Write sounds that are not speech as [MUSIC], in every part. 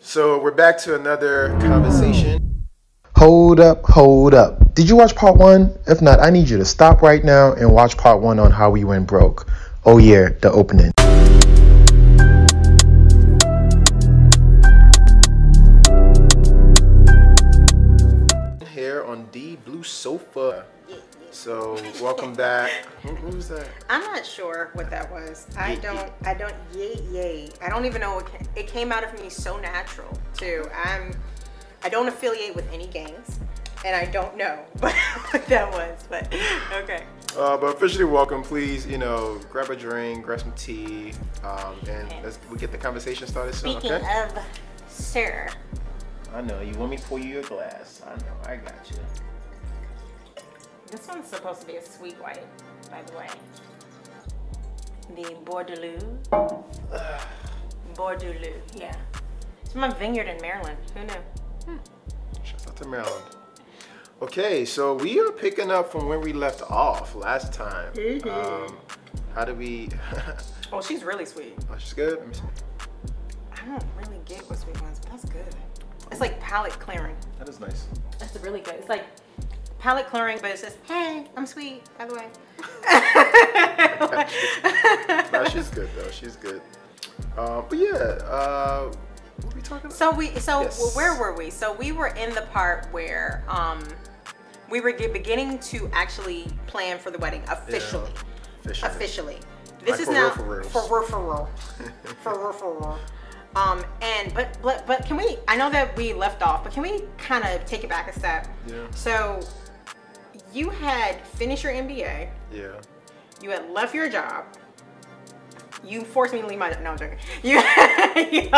So we're back to another conversation. Hold up, hold up. Did you watch part one? If not, I need you to stop right now and watch part one on how we went broke. Oh, yeah, the opening. Here on the blue sofa. So welcome back. Who, who was that? I'm not sure what that was. I don't. I don't. Yay, yay. I don't even know. What ca- it came out of me so natural too. I'm. I don't affiliate with any gangs, and I don't know [LAUGHS] what that was. But okay. Uh, but officially welcome. Please, you know, grab a drink, grab some tea, um, and let's we get the conversation started soon. Speaking okay. of, sir, I know you want me to pour you your glass. I know. I got you. this one's supposed to be a sweet white, by the way. The Bordeaux. Bordeaux. Yeah. It's from a vineyard in Maryland. Who knew? Shout out to Maryland. Okay, so we are picking up from where we left off last time. Um, how do we? [LAUGHS] Oh, she's really sweet. oh, she's good. Let me see. I don't really get what sweet ones, but that's good. It's like palate clearing. That is nice. That's really good. It's like palate clearing, but it's just, hey, I'm sweet, by the way. Nah, she's good though. She's good. Um, but yeah, uh, what we talking about? so we, so Yes. where were we? So we were in the part where um, we were get, beginning to actually plan for the wedding officially, Officially. officially. Like This is for real, now for reals. for real, for [LAUGHS] real, for real, for real. Um, and but but but can we? I know that we left off, but can we kind of take it back a step? Yeah. So you had finished your MBA. Yeah. You had left your job. You forced me to leave my no, I'm joking. [LAUGHS] You, you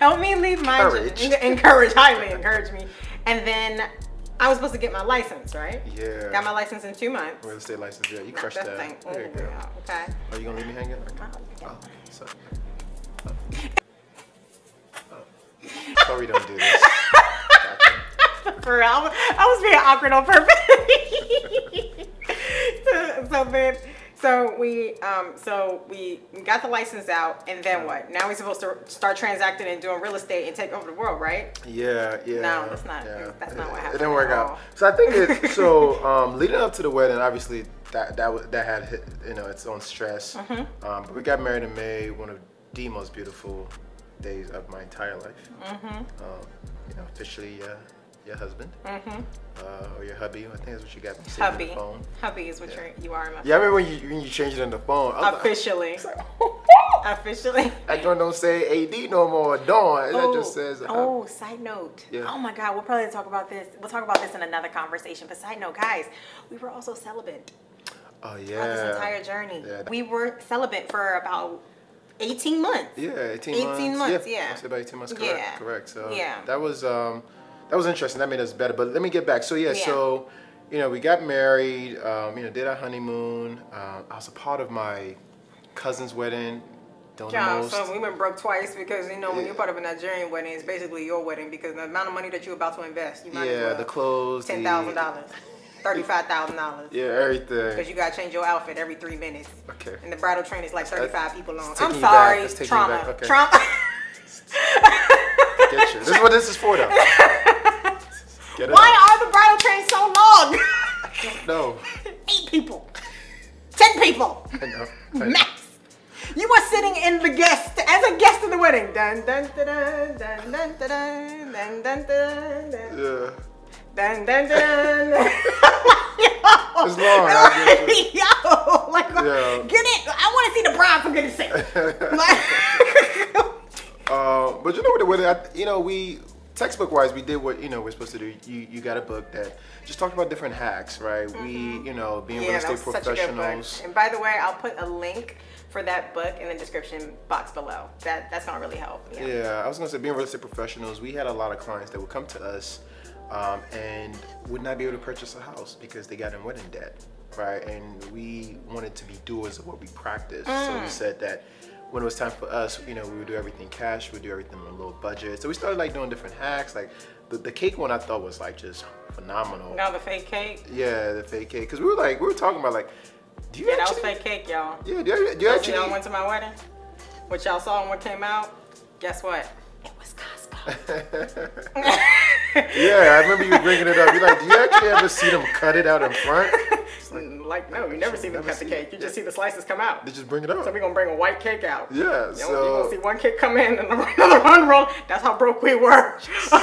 helped me leave my Encouraged. job. Encourage, highly encouraged me. And then I was supposed to get my license, right? Yeah. Got my license in two months. Real estate license. Yeah, you Not crushed that that. thing. There you Oh, go. yeah, Okay. Are you gonna leave me hanging? Okay. Wow, yeah. Oh, sorry. Oh. Sorry, don't do this. Gotcha. For real, I was- I was being awkward on purpose. [LAUGHS] so, so then, so we, um, so we got the license out, and then what? Now we're supposed to start transacting and doing real estate and take over the world, right? Yeah, yeah. No, that's not- that's not what It- It happened didn't work at out. all. So I think it. [LAUGHS] So um, leading up to the wedding, obviously that that wa- that had hit, you know its own stress. Mm-hmm. Um, but we got married in May, one of the most beautiful days of my entire life. Mm-hmm. Um, you know, officially, uh, your husband uh, or your hubby. I think that's what you got. saved on the Mm-hmm. Hubby, phone. hubby is what you're, you are in my Yeah, I remember when you when you changed it on the phone. I was like, [LAUGHS] officially, officially. that joint don't say AD no more. Dawn. That just says. uh, oh, side note. Yeah. Oh my God, we'll probably talk about this. We'll talk about this in another conversation. But side note, guys, we were also celibate. oh on this yeah. entire journey. Yeah. We were celibate for about 18 months. Yeah, 18, 18 months. months, Yeah, yeah. I said about 18 months, correct. Yeah. Correct. So Yeah. that was um that was interesting. That made us better. But let me get back. So yeah, Yeah. so you know, we got married, um, you know, did our honeymoon. Um, I was a part of my cousin's wedding. Doing the John, most. so we went broke twice because you know when Yeah. you're part of a Nigerian wedding, it's basically your wedding because the amount of money that you're about to invest, you might yeah, as the well clothes. the- ten thousand dollars, thirty five thousand dollars, Yeah, everything. because you gotta change your outfit every three minutes, Okay. and the bridal train is like thirty five people long. taking I'm you back. sorry, It's taking you trauma, back. Okay. [LAUGHS] trauma. Get you. This is what this is for, [LAUGHS] though. Get it out. Why are the bridal trains so long? No. [LAUGHS] Eight people, ten people. I know. I know. Max. You were sitting in the guest as a guest in the wedding. Dun dun dun dun dun dun dun dun dun dun dun dun Yeah. dun dun dun. [LAUGHS] It's long. I get you. Yo, like Yeah. get it. I want to see the bride for goodness [LAUGHS] sake. Like, Uh, but you know what? the weather- I- You know, we textbook wise, we did what you know we're supposed to do. You you got a book that just talked about different hacks, right? We you know being real Mm-hmm. yeah, that estate was such a good book. professionals. And by the way, I'll put a link for that book in the description box below. That that's gonna really help. Yeah. Yeah, I was gonna say being real estate professionals. We had a lot of clients that would come to us um, and would not be able to purchase a house because they got in wedding debt, right? And we wanted to be doers of what we practiced, so we Mm. said that. When it was time for us, you know, we would do everything cash, we would do everything on a low budget. So we started like doing different hacks. Like the, the cake one I thought was like just phenomenal. Now the fake cake. Yeah, the fake cake. Because we were like, we were talking about like, do you Yeah, that was actually? fake cake, y'all. Yeah, do you, do you Y'all actually? went to my wedding. What y'all saw and what came out, guess what? It was Costco. [LAUGHS] yeah, I remember you bringing it up. You're like, do you actually ever see them cut it out in front? Mm, [LAUGHS] Like, no, you never see them cut the cake. You just see the slices come out. They just bring it up. So we're gonna bring a white cake out. Yeah, You know, so- you're gonna see one cake come in and [LAUGHS] another one roll. That's how broke we were. [LAUGHS]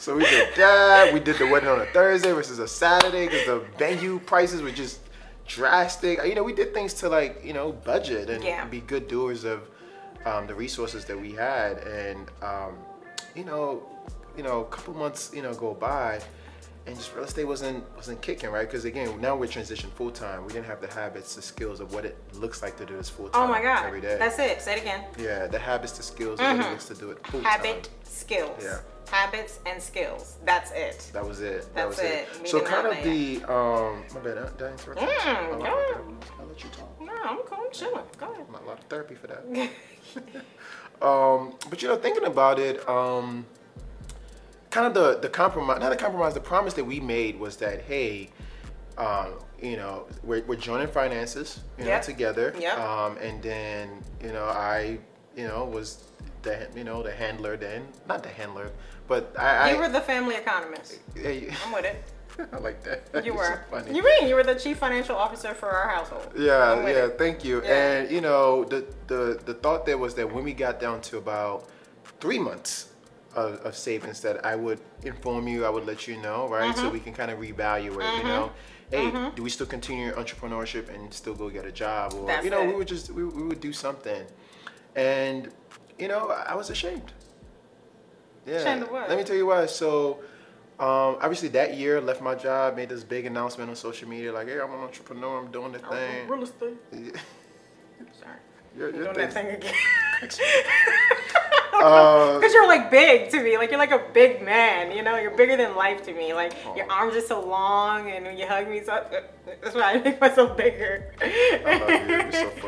So we did that. We did the wedding on a Thursday versus a Saturday because the venue prices were just drastic. You know, we did things to like you know budget and Yeah. be good doers of um, the resources that we had. And um, you know, you know, a couple months you know go by, and just real estate wasn't wasn't kicking right because again now we're transitioned full time. We didn't have the habits, the skills of what it looks like to do this full time. Oh my God. every day. That's it. Say it again. yeah, the habits, the skills, of what it looks to do it full time. Habit, skills. Yeah. Habits and skills. That's it. That was it. that That's was it. it. We So did kind not of lay the um. My bad. uh, Did I interrupt? you? Mm, I'll, I'll- go ahead. I'll let you talk. no, I'm cool. I'm chilling. Go ahead. I'm not a lot of therapy for that. [LAUGHS] um, but you know, thinking about it, um, kind of the the compromise, not the compromise, the promise that we made was that hey, um, you know, we're, we're joining finances, you know, Yep. together. Yep. Um, and then you know, I, you know, was the you know the handler then, not the handler, but I. You I were the family economist. yeah, you- I'm with it. [LAUGHS] I like that. You [LAUGHS] It's were. so funny. You mean you were the chief financial officer for our household? I'm Yeah, with yeah. it. Thank you. Yeah. And you know, the the the thought there was that when we got down to about three months of, of savings, that I would inform you, I would let you know, right? So we can kind of reevaluate. You know, hey, do we still continue entrepreneurship and still go get a job, or That's you know, it. we would just we, we would do something. And you know, I I was ashamed. Yeah. Ashamed of what? Let me tell you why. So, um, obviously that year, left my job, made this big announcement on social media, like, "Hey, I'm an entrepreneur. I'm doing the Oh, thing." Oh, Real estate. Sorry. Your- your Doing thing- that thing again. [LAUGHS] Uh, Because you're like big to me. Like you're like a big man. You know, you're bigger than life to me. Like Oh. your arms are so long, and when you hug me, so that's why I make myself bigger. I love you. You're [LAUGHS] so [LAUGHS]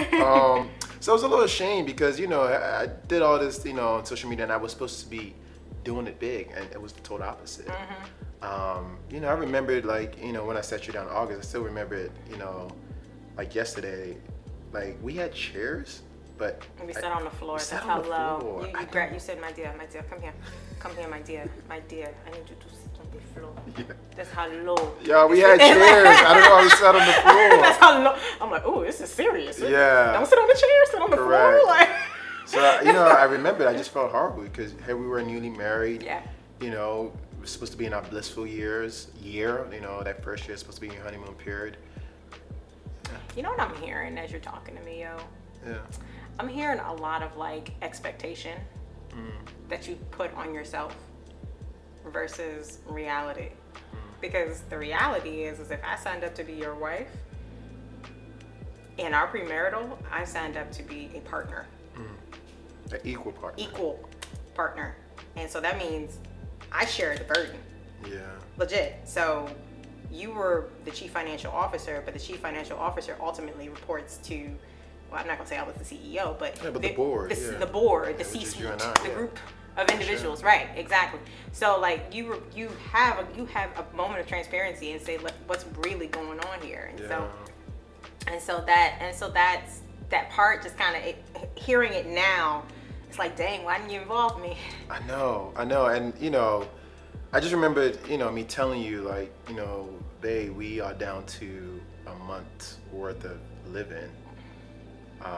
funny. Um, so I was a little ashamed because you know I, I did all this you know on social media and I was supposed to be doing it big and it was the total opposite. Mm-hmm. Um, you know I remembered like you know when I set you down in August I still remember it you know like yesterday like we had chairs but And we I- sat [LAUGHS] on the floor. we That's sat how on the low. floor. You, I you, gra- you said, my dear, my dear, come here. Come here, my dear, my dear. I need you to sit on the floor. That's how low. yeah we [LAUGHS] had chairs I don't know how we sat on the floor. That's how low. I'm like, oh, this is serious. Yeah. Don't sit on the chair. Sit on the Correct. floor. [LAUGHS] Like. So I- you know, [LAUGHS] I remember. I just felt horrible because here we were newly married. Yeah. You know, we're supposed to be in our blissful years. Year, you know, that first year is supposed to be your honeymoon period. You know what I'm hearing as you're talking to me, yo? Yeah. I'm hearing a lot of like expectation Mm. that you put on yourself versus reality. Mm. Because the reality is, is if I signed up to be your wife, in our premarital, I signed up to be a partner, The equal part. equal partner. And so that means I share the burden yeah. legit. So you were the chief financial officer, but the chief financial officer ultimately reports to. Well, I'm not gonna say I was the CEO, but, Yeah, but the board, the, yeah. the board, the Yeah, which is C-suite, you and I, the yeah. group of individuals, right? Exactly. So like you, re- you have a, you have a moment of transparency and say, "Look, what's really going on here? And Yeah. so and so that and so that's that part. Just kind of hearing it now, it's like, dang, why didn't you involve me? I know, I know, and you know, I just remembered, you know, me telling you like, you know, they we are down to a month's worth of living. Um,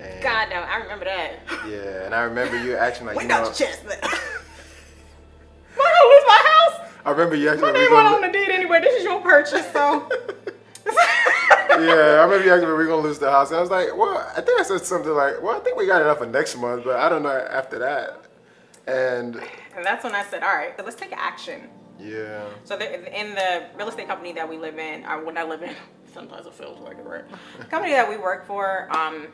and God, no, I remember that. [LAUGHS] yeah, and I remember you acting like, We you got know, your chest. [LAUGHS] my house is my house. I remember you acting My like we name went gonna- on the deed anyway. This is your purchase, so. [LAUGHS] [LAUGHS] yeah, I remember you asking me, we're gonna lose the house. And I was like, well, I think I said something like, well, I think we got enough for next month, but I don't know after that. And and that's when I said, all right, so let's take action. yeah, So there, in the real estate company that we live in, or when I live in, [LAUGHS] sometimes it feels like it, right? company that we work for, um,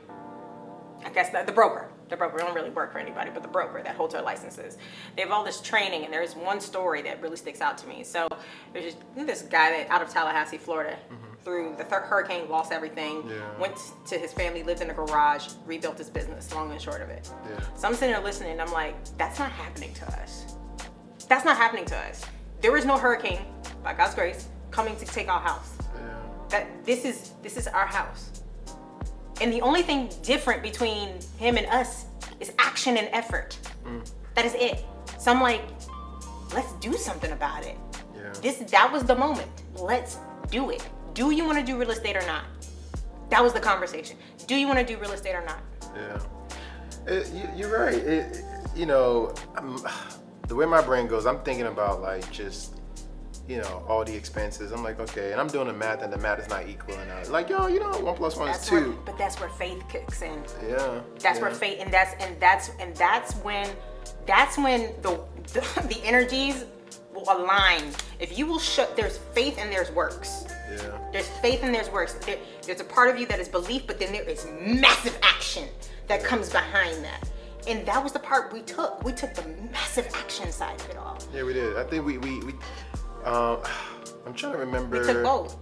I guess the, the broker, the broker, we don't really work for anybody, but the broker that holds our licenses. They have all this training, and there's one story that really sticks out to me. So there's just, this guy that out of Tallahassee, Florida, through the thir- hurricane, lost everything, Yeah. went to his family, lived in a garage, rebuilt his business, long and short of it. Yeah. So I'm sitting there listening, and I'm like, that's not happening to us. That's not happening to us. There is no hurricane, by God's grace, coming to take our house. yeah, That this is this is our house. And the only thing different between him and us is action and effort. That is it. So I'm like, let's do something about it. Yeah. This that was the moment. Let's do it. Do you want to do real estate or not? That was the conversation. Do you want to do real estate or not? Yeah, It- you, you're right. It, you know, I'm, [SIGHS] the way my brain goes, I'm thinking about like just, you know, all the expenses. I'm like, okay, and I'm doing the math, and the math is not equal, and I, like, yo, you know, one plus one is That's where, two. but that's where faith kicks in. yeah, That's yeah. where faith, and that's and that's and that's when, that's when the the, the [LAUGHS] energies will align. If you will shut, there's faith and there's works. Yeah, There's faith and there's works. There, there's a part of you that is belief, but then there is massive action that comes behind that. And that was the part we took. We took the massive action side of it all. yeah, we did. I think we we, we um, [SIGHS] I'm trying to remember. took both.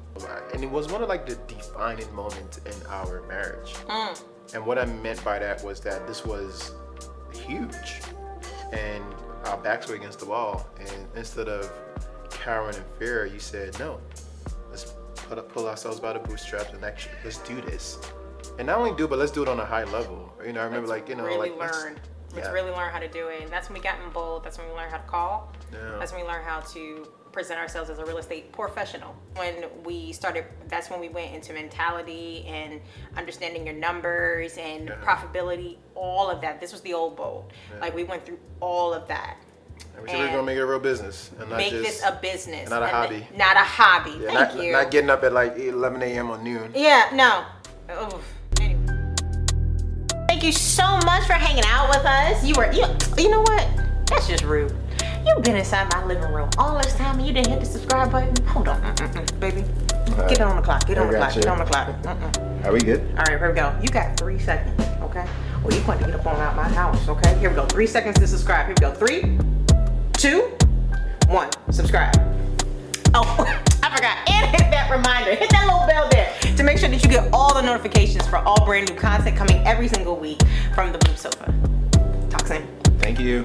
And it was one of like the defining moments in our marriage. Mm. And what I meant by that was that this was huge. And our backs were against the wall. And instead of cowering in fear, you said, no, let's put pull ourselves by the bootstraps and actually, let's do this. And not only do, it, but let's do it on a high level. You know, I remember like, you know, really like, let's- learn. Let's yeah. really learn how to do it. And that's when we got in bold. That's when we learned how to call. Yeah. That's when we learned how to present ourselves as a real estate professional. When we started, that's when we went into mentality and understanding your numbers and Yeah. profitability, all of that. This was the old bold. Like we went through all of that. and we said we we're and gonna make it a real business and not Make just this a business. not a and hobby. Not a hobby. yeah, Thank not, you. not getting up at like 11 a.m. or noon. Yeah, no. Oof. Anyway. Thank you so much for hanging out with us. You were, you, you know what? That's just rude. You've been inside my living room all this time and you didn't hit the subscribe button. Hold on, Mm-mm-mm, baby. Get on the clock. Get on I the got clock. you. Get on the clock. Mm-mm. Are we good? All right, here we go. You got three seconds, okay? Well, you going to get up on out my house, okay? Here we go. Three seconds to subscribe. Here we go. Three, two, one. Subscribe. Oh, [LAUGHS] I forgot. And hit that reminder. Hit that little bell there to make sure that you get all the notifications for all brand new content coming every single week from the Blue Sofa. Talk soon. Thank you.